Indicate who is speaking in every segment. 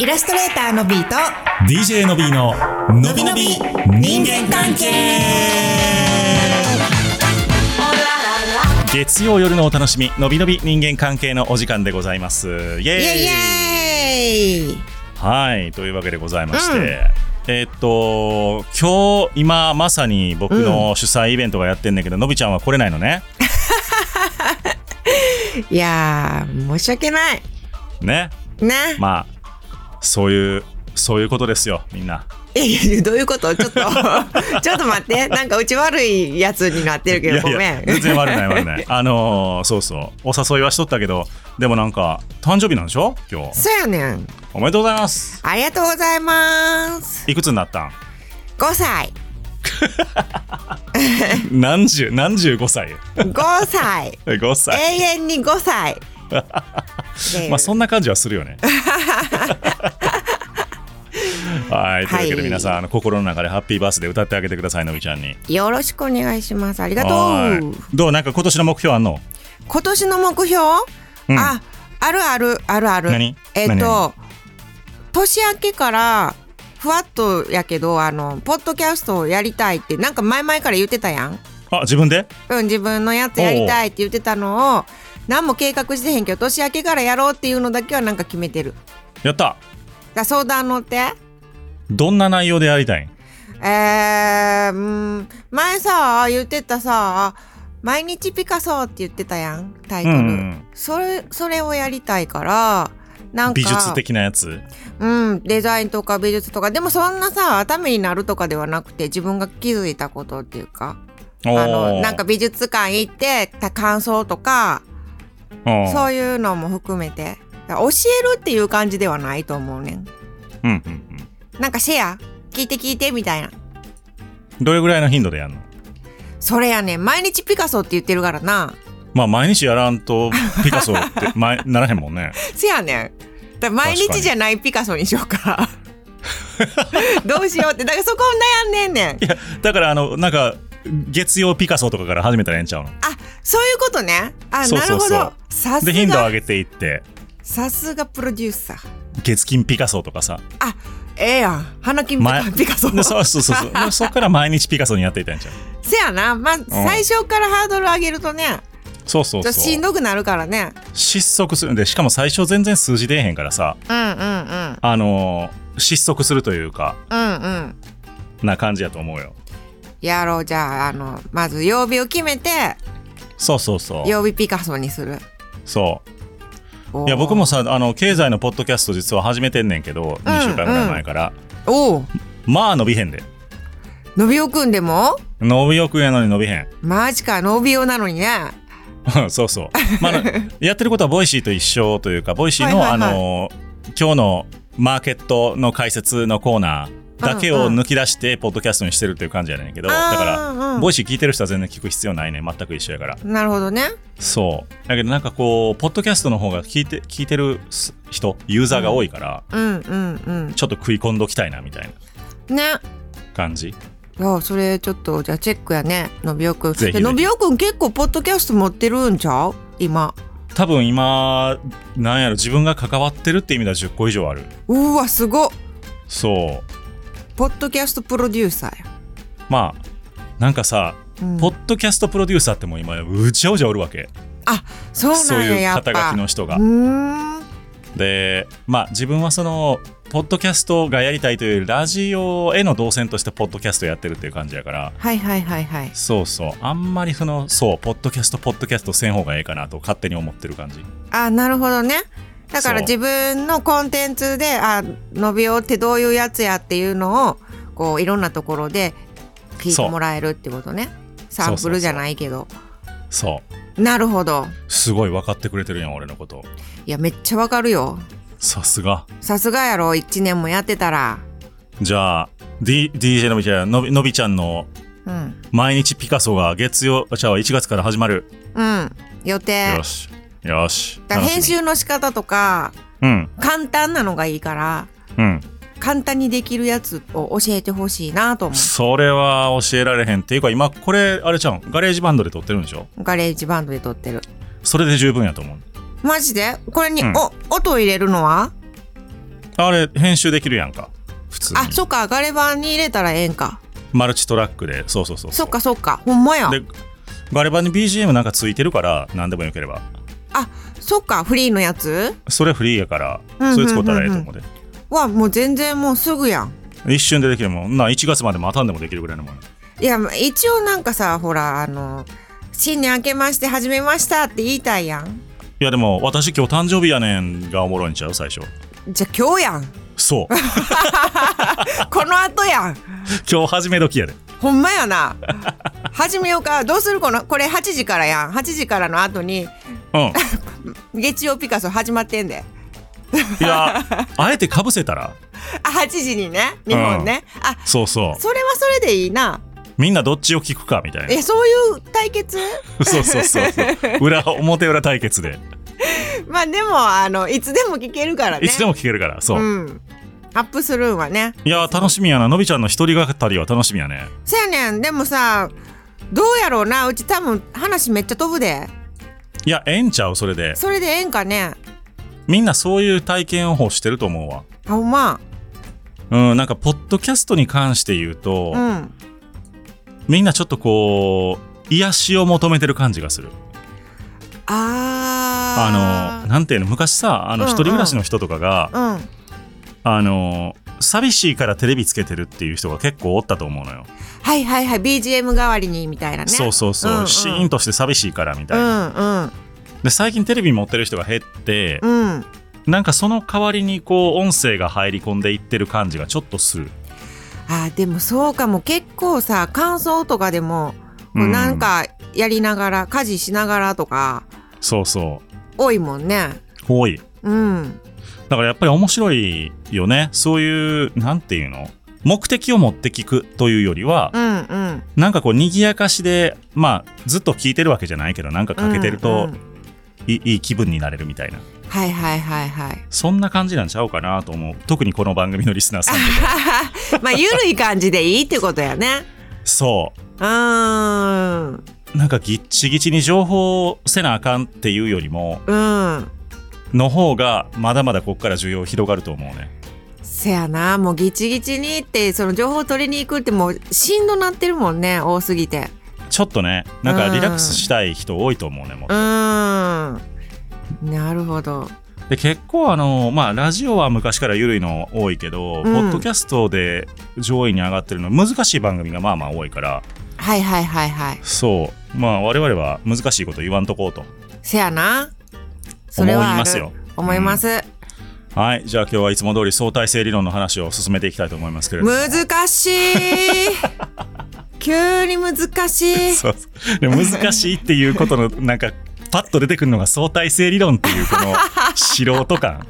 Speaker 1: イラストレーターのビーと
Speaker 2: DJ のびーののびのび人間関係月曜夜のお楽しみのびのび人間関係のお時間でございますイエーイ
Speaker 1: イエイイエイ
Speaker 2: はいというわけでございまして、えーっと今日今まさに僕の主催イベントがやってんだけど、のびちゃんは来れないのね
Speaker 1: いやー申し訳ない
Speaker 2: ね
Speaker 1: ね、
Speaker 2: まあそういうそういうことですよみんない
Speaker 1: やいやいやどういうことちょっと ちょっと待ってなんかうち悪いやつになってるけどご
Speaker 2: い
Speaker 1: めん
Speaker 2: やいや全然悪ない悪 ないあのーそうそうお誘いはしとったけどでもなんか誕生日なんでしょ今日
Speaker 1: そうやねん
Speaker 2: おめでとうございます
Speaker 1: ありがとうございます
Speaker 2: いくつになったん
Speaker 1: 5歳
Speaker 2: 何十何十五歳
Speaker 1: 5歳
Speaker 2: 五歳
Speaker 1: 永遠に5歳 で
Speaker 2: まあそんな感じはする よねはいというわけ
Speaker 1: は
Speaker 2: で
Speaker 1: い
Speaker 2: 皆さん、あの心の中でハッピーバースデー歌ってあげてくださいのびちゃんに
Speaker 1: よろしくお願いしますありが
Speaker 2: は
Speaker 1: とう
Speaker 2: いどうなんか今年の目標あんの
Speaker 1: 今年の目標、
Speaker 2: うん
Speaker 1: ああるあるあるある
Speaker 2: 何
Speaker 1: えっ、
Speaker 2: 何
Speaker 1: と
Speaker 2: 何
Speaker 1: 年明けからふわっとやけどあのポッドキャストをやりたいってなんか前々から言ってたやん、
Speaker 2: あ自分で
Speaker 1: うん、自分のやつやりたいって言ってたのを何も計画してへんけど年明けからやろうっていうのだけはなんか決めてる
Speaker 2: やった
Speaker 1: だ相談乗って
Speaker 2: どんな内容でやりたいん
Speaker 1: えー、うん前さ言ってたさ「毎日ピカソ」って言ってたやんタイトル、
Speaker 2: うんうんうん
Speaker 1: それそれをやりたいからなんか
Speaker 2: 美術的なやつ
Speaker 1: うん、デザインとか美術とかでもそんなさためになるとかではなくて自分が気づいたことっていうか
Speaker 2: あ
Speaker 1: あのなんか美術館行ってた感想とかそういうのも含めてだから教えるっていう感じではないと思うねん
Speaker 2: うんうんうん
Speaker 1: なんかシェア聞いて聞いてみたいな
Speaker 2: どれぐらいの頻度でやるの
Speaker 1: それやねん毎日ピカソって言ってるからな
Speaker 2: まあ毎日やらんとピカソ って前ならへんもんね。
Speaker 1: せやねん。だから毎日じゃないピカソにしよう か。どうしようって。だからそこ悩んでんねん
Speaker 2: い。やだからあのなんか月曜ピカソとかから始めたらええんちゃうの。
Speaker 1: あ、そういうことね。あ、
Speaker 2: そうそうそう
Speaker 1: なるほど。さ
Speaker 2: です頻度を上
Speaker 1: が、
Speaker 2: げていって
Speaker 1: さすがプロデューサー。
Speaker 2: 月金ピカソとかさ。
Speaker 1: あ、ええやん。花金ピカ
Speaker 2: 前
Speaker 1: ピカソ。
Speaker 2: でそうそうそうそう。でそっから毎日ピカソにやっていったんちゃう。
Speaker 1: せやな。まあ、最初からハードル上げるとね、
Speaker 2: そうそう
Speaker 1: ちょ
Speaker 2: そ
Speaker 1: っとしん
Speaker 2: う。
Speaker 1: どくなるからね。
Speaker 2: 失速するんでしかも最初全然数字出えへんからさ
Speaker 1: うんうんうん。
Speaker 2: あのー失速するというか
Speaker 1: うんうん。
Speaker 2: な感じやと思うよ。
Speaker 1: やろう。じゃあ、あの、まず曜日を決めて、
Speaker 2: そうそうそう。
Speaker 1: 曜日ピカソにする。
Speaker 2: そう。
Speaker 1: おー
Speaker 2: いや僕も。さあの経済のポッドキャスト実は始めてんねんけど2週間ぐらい前から、
Speaker 1: おお。
Speaker 2: まあ伸びへんで
Speaker 1: 伸びをくんでも
Speaker 2: 伸びよくやのに伸びへん
Speaker 1: マジか、ノービオなのにね。
Speaker 2: そうそう、まああの、 やってることはボイシーと一緒というかボイシーの、
Speaker 1: はいはいはい
Speaker 2: あの今日のマーケットの解説のコーナーだけを抜き出してポッドキャストにしてるっていう感じやねんけど、だから、
Speaker 1: ら
Speaker 2: ボイシー聞いてる人は全然聞く必要ないね全く一緒やから
Speaker 1: なるほどね。
Speaker 2: そうだけどなんかこうポッドキャストの方が聞いて聞いてる人ユーザーが多いから、
Speaker 1: うんうん
Speaker 2: ちょっと食い込んどきたいなみたい
Speaker 1: うん。ね。
Speaker 2: な感じ
Speaker 1: あ、それちょっとじゃあチェックやね。のびおくん。
Speaker 2: ぜひぜひ
Speaker 1: のびおくん結構ポッドキャスト持ってるんちゃう今。
Speaker 2: 多分今なんやろ自分が関わってるって意味では10個以上ある
Speaker 1: うわ、すごっ。
Speaker 2: そ
Speaker 1: ポッドキャストプロデューサーや。
Speaker 2: うまあなんかさ、
Speaker 1: うん
Speaker 2: ポッドキャストプロデューサーってもう今うちゃうじゃおるわけ
Speaker 1: あ、そうなんや。
Speaker 2: そういう
Speaker 1: やっぱ
Speaker 2: 肩書きの人が
Speaker 1: うーん。
Speaker 2: でまあ自分はそのポッドキャストがやりたいというよりラジオへの動線としてポッドキャストやってるっていう感じやから
Speaker 1: はいはいはいはい。
Speaker 2: そうそうあんまりそのそうポッドキャストポッドキャストせん方がええかなと勝手に思ってる感じ
Speaker 1: あ、なるほどね。だから
Speaker 2: そう
Speaker 1: 自分のコンテンツで、あ、のびおってどういうやつやっていうのを、こういろんなところで聞いてもらえるってことね。サンプルじゃないけど。
Speaker 2: そう
Speaker 1: なるほど。
Speaker 2: すごい分かってくれてるやん俺のこと
Speaker 1: いや、めっちゃわかるよ。
Speaker 2: さすが
Speaker 1: さすがやろ、1年もやってたら。
Speaker 2: じゃあ、D、DJ のびちゃんのびのびちゃんの
Speaker 1: うん。
Speaker 2: 毎日ピカソが月曜じゃあ1月から始まる、
Speaker 1: うん。予定
Speaker 2: よ。しよし
Speaker 1: だから
Speaker 2: 楽しみ
Speaker 1: 編集の仕方とか、
Speaker 2: うん
Speaker 1: 簡単なのがいいから、
Speaker 2: うん
Speaker 1: 簡単にできるやつを教えてほしいなと思
Speaker 2: それは教えられへんっていうか今これあれちゃんガレージバンドで撮ってるんでしょ
Speaker 1: う。ガレージバンドで撮ってる。
Speaker 2: それで十分やと思う
Speaker 1: マジでこれに、
Speaker 2: うん
Speaker 1: お、音入れるのは
Speaker 2: あれ編集できるやんか普通に
Speaker 1: あそっかガレ版に入れたらええんか
Speaker 2: マルチトラックでそうそうそう
Speaker 1: そっかそっかほんまや
Speaker 2: でガレ版に BGM なんかついてるから何でもよければ
Speaker 1: あそっかフリーのやつ
Speaker 2: それフリーやから、
Speaker 1: うん
Speaker 2: それ使ったらええと思うで、
Speaker 1: はもう全然もうすぐやん
Speaker 2: 一瞬でできるもんな1月まで待たんでもできるぐらいのもん
Speaker 1: いや一応なんかさほらあの新年明けまして始めましたって言いたいやん
Speaker 2: いやでも私今日誕生日やねんがおもろいんちゃう最初
Speaker 1: じゃあ今日 やん
Speaker 2: そう
Speaker 1: この後やん
Speaker 2: 今日始め時やで
Speaker 1: ほんまやな始めようかどうするこのこれ8時からやん8時からの後に
Speaker 2: うん
Speaker 1: 月曜ピカソ始まってんで
Speaker 2: いやあえてかぶせたら
Speaker 1: あ8時にね日本ね、あ
Speaker 2: そうそう
Speaker 1: それはそれでいいな
Speaker 2: みんなどっちを聞くかみたい
Speaker 1: えそういう対決
Speaker 2: な そうそうそうそう裏表裏対決で
Speaker 1: まあでもあのいつでも聞けるからね
Speaker 2: いつでも聞けるからそう、
Speaker 1: うんアップするんはね
Speaker 2: いや楽しみやなのびちゃんの一人語りは楽しみやね
Speaker 1: そやねんでもさどうやろうなうち多分話めっちゃ飛ぶで
Speaker 2: いやええんちゃうそれで
Speaker 1: それでええんかね
Speaker 2: みんなそういう体験を欲してると思うわ
Speaker 1: あほんま
Speaker 2: うんなんかポッドキャストに関して言うと、
Speaker 1: うん
Speaker 2: みんなちょっとこう癒しを求めてる感じがするあ
Speaker 1: あ
Speaker 2: のなんていうの昔さあの
Speaker 1: うんうん
Speaker 2: 一人暮らしの人とかが、
Speaker 1: のうん
Speaker 2: あの寂しいからテレビつけてるっていう人が結構おったと思うのよ、
Speaker 1: はいはいはい BGM 代わりにみたいなね
Speaker 2: そうそうそう、
Speaker 1: うんうん
Speaker 2: シーンとして寂しいからみたいうな、
Speaker 1: んうん
Speaker 2: で最近テレビ持ってる人が減って、
Speaker 1: うん
Speaker 2: なんかその代わりにこう音声が入り込んでいってる感じがちょっとする
Speaker 1: あーでもそうかも結構さ感想とかでもこ
Speaker 2: う
Speaker 1: うんなんかやりながら家事しながらとか
Speaker 2: そうそ
Speaker 1: 多いもんね
Speaker 2: う多い
Speaker 1: うん
Speaker 2: だからやっぱり面白いよねそういうなんていうの目的を持って聞くというよりは
Speaker 1: う、んうん
Speaker 2: なんかこう賑やかしでまあずっと聞いてるわけじゃないけどなんかかけてる
Speaker 1: う
Speaker 2: と
Speaker 1: んうん
Speaker 2: い,、いい気分になれるみたいな
Speaker 1: はいはいはいはい
Speaker 2: そんな感じなんちゃうかなと思う特にこの番組のリスナー さんとか
Speaker 1: まあゆるい感じでいいってことやね
Speaker 2: そう
Speaker 1: ーん
Speaker 2: うなんかぎっちぎちに情報をせなあかんっていうよりも
Speaker 1: うん
Speaker 2: の方がまだまだここから需要広がると思うね
Speaker 1: せやなもうギチギチにってその情報取りに行くってもうしんどなってるもんね多すぎて
Speaker 2: ちょっとねなんかリラックスしたい人多いと思うね
Speaker 1: う
Speaker 2: もう
Speaker 1: ーんなるほど
Speaker 2: で結構あのまあラジオは昔から緩いの多いけど、
Speaker 1: ん
Speaker 2: ポッドキャストで上位に上がってるの難しい番組がまあまあ多いから
Speaker 1: はいはいはいはい
Speaker 2: そうまあ我々は難しいこと言わんとこうと
Speaker 1: せやなそ
Speaker 2: 思い
Speaker 1: れはある
Speaker 2: ますよ
Speaker 1: 思います、
Speaker 2: はいじゃあ今日はいつも通り相対性理論の話を進めていきたいと思いますけれども
Speaker 1: 難しい 急に難しい
Speaker 2: そうそうでも難しいっていうことのなんかパッと出てくるのが相対性理論っていうこの素人感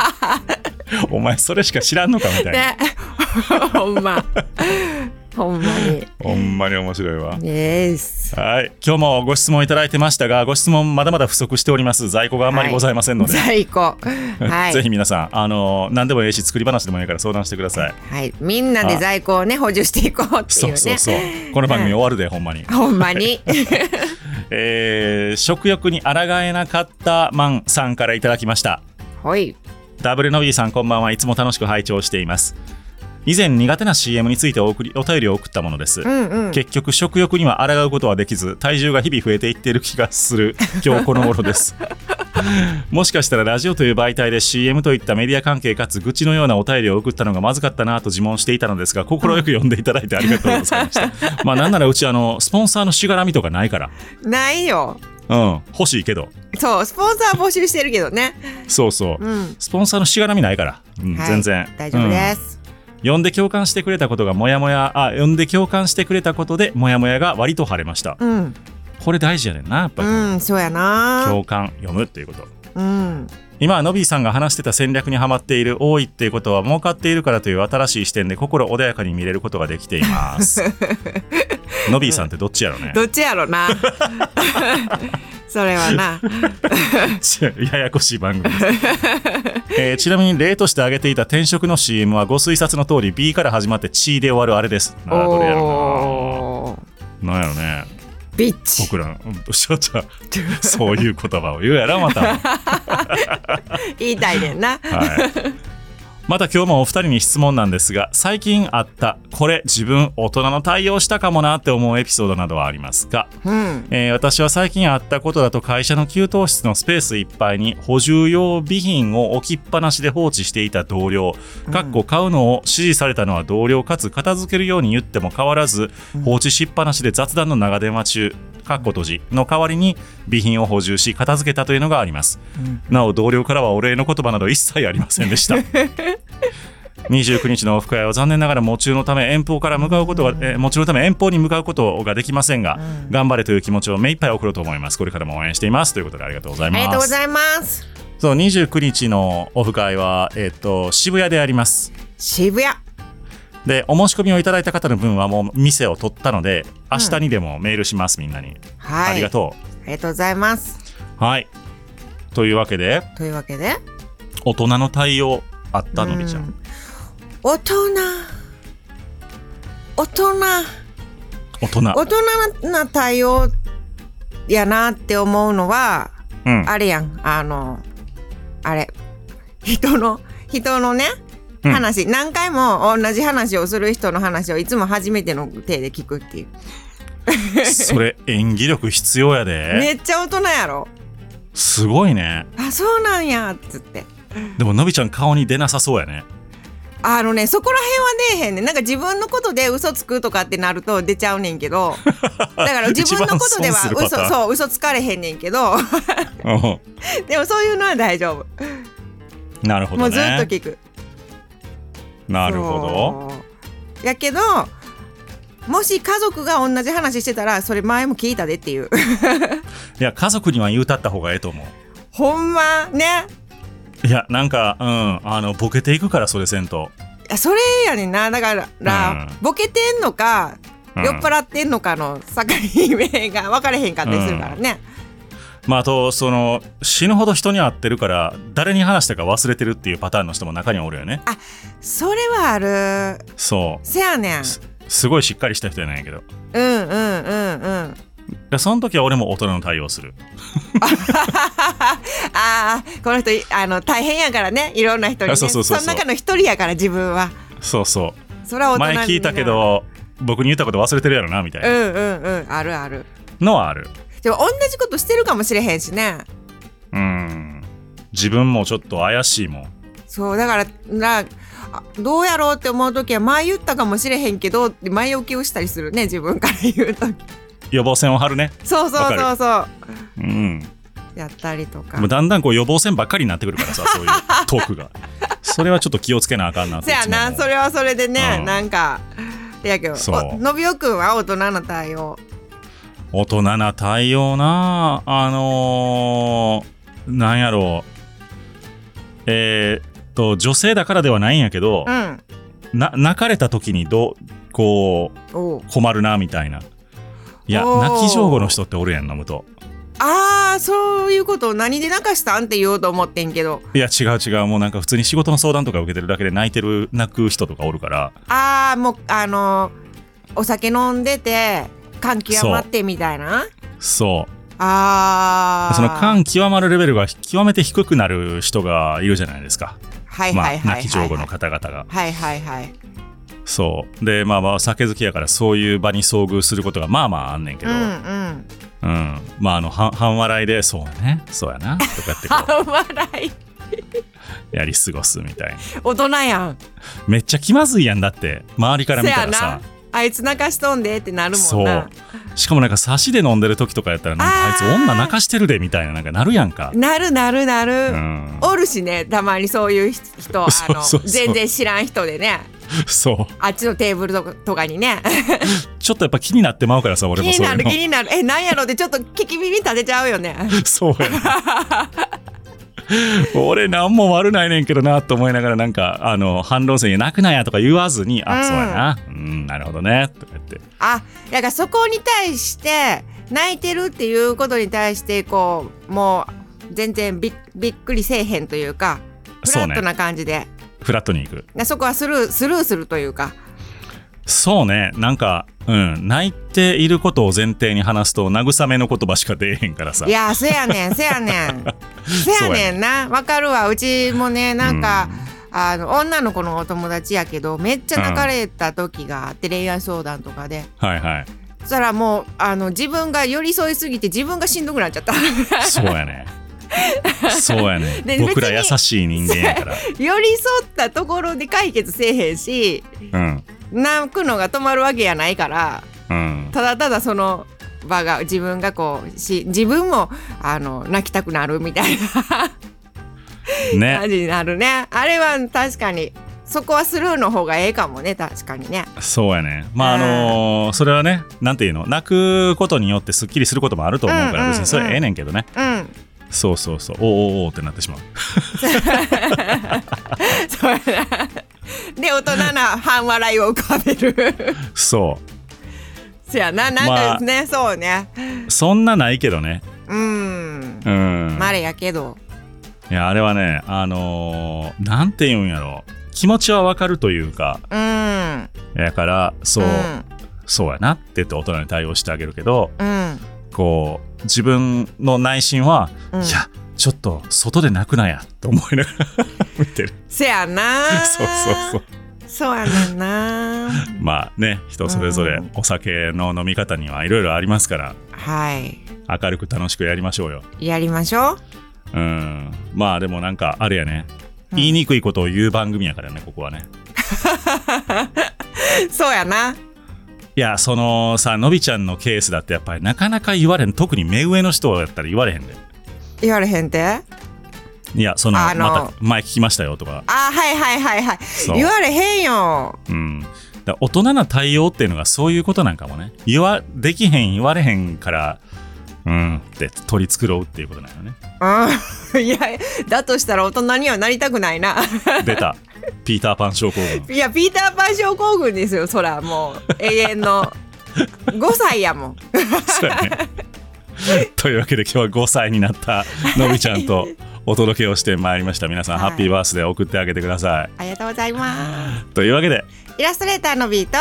Speaker 2: お前それしか知らんのかみたいな、
Speaker 1: ね ほんまほんま に
Speaker 2: ほんまに面白いわ
Speaker 1: イエス
Speaker 2: はい今日もご質問いただいてましたがご質問まだまだ不足しております在庫があんまりございませんので、
Speaker 1: 最高 は
Speaker 2: ぜ
Speaker 1: い
Speaker 2: ひ皆さんあの何でもええし作り話でもいいから相談してください
Speaker 1: はいみんなで在庫をね補充していこうっていう
Speaker 2: そう
Speaker 1: ね
Speaker 2: そうそうこの番組終わるでほんまに
Speaker 1: ほんまに
Speaker 2: えー食欲に抗えなかったマンさんからいただきました
Speaker 1: ほい
Speaker 2: ダブルノビーさんこんばんはいつも楽しく拝聴しています以前苦手な CM についてお送りお便りを送ったものです、
Speaker 1: うんうん
Speaker 2: 結局食欲には抗うことはできず体重が日々増えていっている気が する今日この頃ですもしかしたらラジオという媒体で CM といったメディア関係かつ愚痴のようなお便りを送ったのがまずかったなと自問していたのですが快く読んでいただいてありがとうございました まあなんならうちあのスポンサーのしがらみとかないから
Speaker 1: ないよ
Speaker 2: うん欲しいけど
Speaker 1: そうスポンサー募集してるけどね
Speaker 2: そうそう、
Speaker 1: うん
Speaker 2: スポンサーのしがらみないから、うん
Speaker 1: はい
Speaker 2: 全然
Speaker 1: 大丈夫
Speaker 2: うん
Speaker 1: です、
Speaker 2: 呼んで共感してくれたことがモヤモヤあ呼んで共感してくれたことでモヤモヤが割と晴れました
Speaker 1: うん
Speaker 2: これ大事やねんなやっぱり、
Speaker 1: うんそうやな
Speaker 2: 共感読むっていうこと
Speaker 1: うん
Speaker 2: 今ノビーさんが話してた戦略にはまっている多いっていうことは儲かっているからという新しい視点で心穏やかに見れることができています ノビーさんってどっちやろね
Speaker 1: どっちやろな それはな
Speaker 2: ややこしい番組です、えーちなみに例として挙げていた転職の CM はご推察の通り B から始まって「チ」で終わるあれですなあどれやろ
Speaker 1: おー
Speaker 2: うななんやろね
Speaker 1: ビッチ
Speaker 2: 僕ら、うん、しょうちゃん、そういう言葉を言うやろ、また。は
Speaker 1: 言いたいねんな。
Speaker 2: い。また今日もお二人に質問なんですが最近あったこれ自分大人の対応したかもなって思うエピソードなどはありますか、
Speaker 1: うん
Speaker 2: えー私は最近あったことだと会社の給湯室のスペースいっぱいに補充用備品を置きっぱなしで放置していた同僚かっこ買うのを指示されたのは同僚かつ片付けるように言っても変わらず放置しっぱなしで雑談の長電話中かっこ閉じの代わりに備品を補充し片付けたというのがありますなお同僚からはお礼の言葉など一切ありませんでした 29日のオフ会は残念ながら喪中のため遠方から向かうことが、えー喪中のため遠方に向かうことができませんが、頑張れという気持ちを目いっぱい送ろうと思いますこれからも応援していますということでありがとうござい
Speaker 1: あ
Speaker 2: ま
Speaker 1: り
Speaker 2: す
Speaker 1: がとうございます
Speaker 2: そう29日のオフ会は、えっと渋谷であります
Speaker 1: 渋谷
Speaker 2: でお申し込みをいただいた方の分はもう店を取ったので明日にでもメールしますみんなに、
Speaker 1: はい
Speaker 2: ありがと
Speaker 1: ありがとうございます
Speaker 2: うはいというわけで
Speaker 1: というわけで
Speaker 2: 大人の対応あったのびちゃん、
Speaker 1: う大人大人
Speaker 2: 大人
Speaker 1: 大人な対応やなって思うのは
Speaker 2: うん
Speaker 1: あれやんあのあれ人の人のね
Speaker 2: うん
Speaker 1: 話、何回も同じ話をする人の話をいつも初めての手で聞くっていう
Speaker 2: それ演技力必要やで、
Speaker 1: めっちゃ大人やろ
Speaker 2: すごいね
Speaker 1: あそうなんやっつって
Speaker 2: でものびちゃん顔に出なさそうやね
Speaker 1: あのねそこら辺は出えへんねんなんか自分のことで嘘つくとかってなると出ちゃうねんけ どだから自分のことでは
Speaker 2: 一
Speaker 1: 嘘
Speaker 2: 番損するパターン
Speaker 1: そう嘘つかれへんねんけど
Speaker 2: う
Speaker 1: でもそういうのは大丈夫、
Speaker 2: んなるほ
Speaker 1: もう
Speaker 2: ど
Speaker 1: ずっと
Speaker 2: ね
Speaker 1: 聞く
Speaker 2: なるほ
Speaker 1: そうやけどもし家族が同じ話してたらそれ前も聞いたでっていう
Speaker 2: どいや家族には言うたった方がええと思う
Speaker 1: ほんまね
Speaker 2: いやなんかうんあのボケていくからそれせんと、
Speaker 1: いやそれやねんなだから、
Speaker 2: うん
Speaker 1: ボケてんのか、
Speaker 2: うん
Speaker 1: 酔っ払ってんのかの境目が分かれへんかったりするからね、
Speaker 2: まあ、あとその死ぬほど人に会ってるから誰に話したか忘れてるっていうパターンの人も中にはおるよね
Speaker 1: それはある
Speaker 2: そう
Speaker 1: せやねん
Speaker 2: すすごいしっかりした人やないけど
Speaker 1: うんうんうんうん
Speaker 2: でその時は俺も大人の対応する
Speaker 1: ああこの人いあの大変やからねいろんな人に、ね、
Speaker 2: あそうそうそうそう
Speaker 1: の中の一人やから自分は
Speaker 2: そうそ
Speaker 1: それは大
Speaker 2: う
Speaker 1: 人に
Speaker 2: 前
Speaker 1: な
Speaker 2: 聞いたけど僕に言ったこと忘れてるやろなみたいうなん
Speaker 1: うんうんあるある
Speaker 2: のはある
Speaker 1: でも同じことしてるかもしれへんしね
Speaker 2: うん自分もちょっと怪しいもん
Speaker 1: そうだからなあどうやろうって思う時は前言ったかもしれへんけどって前置きをしたりするね自分から言う時
Speaker 2: 予防線を張るね
Speaker 1: そうそうそうそう
Speaker 2: うんで
Speaker 1: やったりとか
Speaker 2: もだんだんこう予防線ばっかりになってくるからさ そういうトークがそれはちょっと気をつけなあかんなって
Speaker 1: そや
Speaker 2: いつも
Speaker 1: な
Speaker 2: 思う
Speaker 1: それはそれでね、
Speaker 2: うん
Speaker 1: なんかやけど
Speaker 2: そう
Speaker 1: おのびおくんは大人の対応
Speaker 2: 大人な対応なあのー、なんやろうえーっと女性だからではないんやけど
Speaker 1: う、ん
Speaker 2: な泣かれた時にどうこ
Speaker 1: おう
Speaker 2: う困るなみたいないや
Speaker 1: おー
Speaker 2: 泣き上手の人っておるやん飲むと
Speaker 1: あーそういうことを何で泣かしたんって言おうと思ってんけど
Speaker 2: いや違う違うもうなんか普通に仕事の相談とか受けてるだけで泣いてる泣く人とかおるから
Speaker 1: ああもうあのーお酒飲んでて感極まってみたいな
Speaker 2: そう
Speaker 1: ああ
Speaker 2: その感極まるレベルが極めて低くなる人がいるじゃないですか、
Speaker 1: はい
Speaker 2: ま
Speaker 1: は
Speaker 2: あ
Speaker 1: い、はいはい、はい、
Speaker 2: 泣き上手の方々が。
Speaker 1: はいはいはい
Speaker 2: そうで、まあ、まあ酒好きやからそういう場に遭遇することがまあまああんねんけど、
Speaker 1: う
Speaker 2: うん
Speaker 1: うんん
Speaker 2: まああの半半笑いで「そうやねそうや な」とかってこ
Speaker 1: 半笑いう
Speaker 2: やり過ごすみたいな
Speaker 1: 大人やん
Speaker 2: めっちゃ気まずいやんだって周りから見たら
Speaker 1: せ
Speaker 2: さ
Speaker 1: やなあいつ泣かしとんでってなるも
Speaker 2: そ
Speaker 1: んな
Speaker 2: うしかもなんか差しで飲んでる時とかやったらなんか
Speaker 1: あ
Speaker 2: あ
Speaker 1: ー
Speaker 2: いつ女泣かしてるでみたいななんかなるやんか。
Speaker 1: なるなるなる、
Speaker 2: うん、
Speaker 1: おるしねたまにそういう人あの
Speaker 2: そうそうそう
Speaker 1: 全然知らん人でね
Speaker 2: そう
Speaker 1: あっちのテーブルとかとかにね
Speaker 2: ちょっとやっぱ気になってまうからさ俺
Speaker 1: 気
Speaker 2: も
Speaker 1: に
Speaker 2: そう
Speaker 1: な
Speaker 2: いう
Speaker 1: る
Speaker 2: の
Speaker 1: 気になるえなんやろってちょっと聞き耳立てちゃうよね
Speaker 2: そうやな俺何も悪ないねんけどなと思いながらなんかあの反論戦に泣くなやとか言わずに、
Speaker 1: う
Speaker 2: あ
Speaker 1: ん
Speaker 2: そうやなうんなるほどねとか言って
Speaker 1: あだからそこに対して泣いてるっていうことに対してこうもう全然びっびっくりせえへんというかフ
Speaker 2: そう
Speaker 1: ラ
Speaker 2: ね
Speaker 1: ットな感じでそ,、
Speaker 2: フラットに行く
Speaker 1: そこはスルースルーするというか
Speaker 2: そうねなんかうん泣いていることを前提に話すと慰めの言葉しか出えへんからさ
Speaker 1: いや ーせやねんせやねんせやねんなわかるわうちもねなんか、あの女の子のお友達やけどめっちゃ泣かれた時があって、恋愛相談とかで
Speaker 2: はいはい
Speaker 1: そしたらもうあの自分が寄り添いすぎて自分がしんどくなっちゃった
Speaker 2: そうやねそうやね
Speaker 1: で
Speaker 2: 僕ら優
Speaker 1: 別に
Speaker 2: しい人間やから
Speaker 1: 寄り添ったところで解決せえへんし
Speaker 2: うん
Speaker 1: 泣くのが止まるわけやないから
Speaker 2: うん
Speaker 1: ただただその場が自分がこうし自分もあの泣きたくなるみたいな
Speaker 2: ね
Speaker 1: 感じになるね あれは確かにそこはスルーの方がええかもね確かにね
Speaker 2: そうやねまああ
Speaker 1: うん
Speaker 2: のーそれはねなんていうの泣くことによってすっきりすることもあると思うか
Speaker 1: うんうん
Speaker 2: ら
Speaker 1: うん
Speaker 2: 別にそれはええねんけどね
Speaker 1: うん
Speaker 2: そうそうそうおーおーおーってなってしまう
Speaker 1: そうやなで大人な半笑いを浮かべる
Speaker 2: そ
Speaker 1: そやななん
Speaker 2: ま
Speaker 1: か
Speaker 2: あ
Speaker 1: ね、そうね
Speaker 2: うそんなないけどね
Speaker 1: うん
Speaker 2: うん
Speaker 1: まれやけど
Speaker 2: いやあれはねあのーなんて言うんやろ気持ちはわかるというか
Speaker 1: うん
Speaker 2: やからそう、
Speaker 1: うん
Speaker 2: そうやなって言って大人に対応してあげるけど
Speaker 1: うん
Speaker 2: こう自分の内心は、
Speaker 1: うん
Speaker 2: いやちょっと外で泣くなやと思いながら 見てる
Speaker 1: せやな
Speaker 2: そうそうそう
Speaker 1: そうやねんな
Speaker 2: まあね人それぞれ
Speaker 1: うん
Speaker 2: お酒の飲み方にはいろいろありますから
Speaker 1: はい
Speaker 2: 明るく楽しくやりましょうよ
Speaker 1: やりましょう
Speaker 2: うんまあでもなんかあれやね
Speaker 1: うん
Speaker 2: 言いにくいことを言う番組やからねここはね
Speaker 1: そうやな。
Speaker 2: いやそのさのびちゃんのケースだってやっぱりなかなか言われん特に目上の人だったら言われへんで
Speaker 1: 言われへんて。あ
Speaker 2: いやその
Speaker 1: あの
Speaker 2: また前聞きましたよとか
Speaker 1: ー、はいはいはいはい。
Speaker 2: そう
Speaker 1: 言われへんよ。
Speaker 2: うん、だから大人な対応っていうのがそういうことなんかもね言わできへん言われへんからうんって取り繕うっていうことなのね
Speaker 1: うん。いや、だとしたら大人にはなりたくないな。
Speaker 2: 出たピーターパン症候群
Speaker 1: いや、ピーターパン症候群ですよ、そら、もう。永遠の。5歳やもん。
Speaker 2: そうやね というわけで今日は5歳になったのびちゃんとお届けをしてまいりました皆さん、
Speaker 1: はい
Speaker 2: ハッピーバースデー送ってあげてくださ
Speaker 1: ありがとうございます。
Speaker 2: いというわけで
Speaker 1: イラストレーターのビート。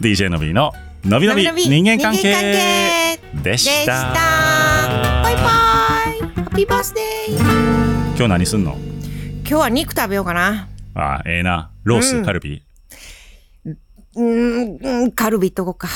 Speaker 2: DJ のびののびのび人間関係で
Speaker 1: で
Speaker 2: し
Speaker 1: したた。バイバイ。ハッピーバースデー。
Speaker 2: 今日何すんの
Speaker 1: 今日は肉食べようかな。
Speaker 2: あええなロース、
Speaker 1: うん
Speaker 2: カルビ
Speaker 1: うーんうん、カルビいっとこうか。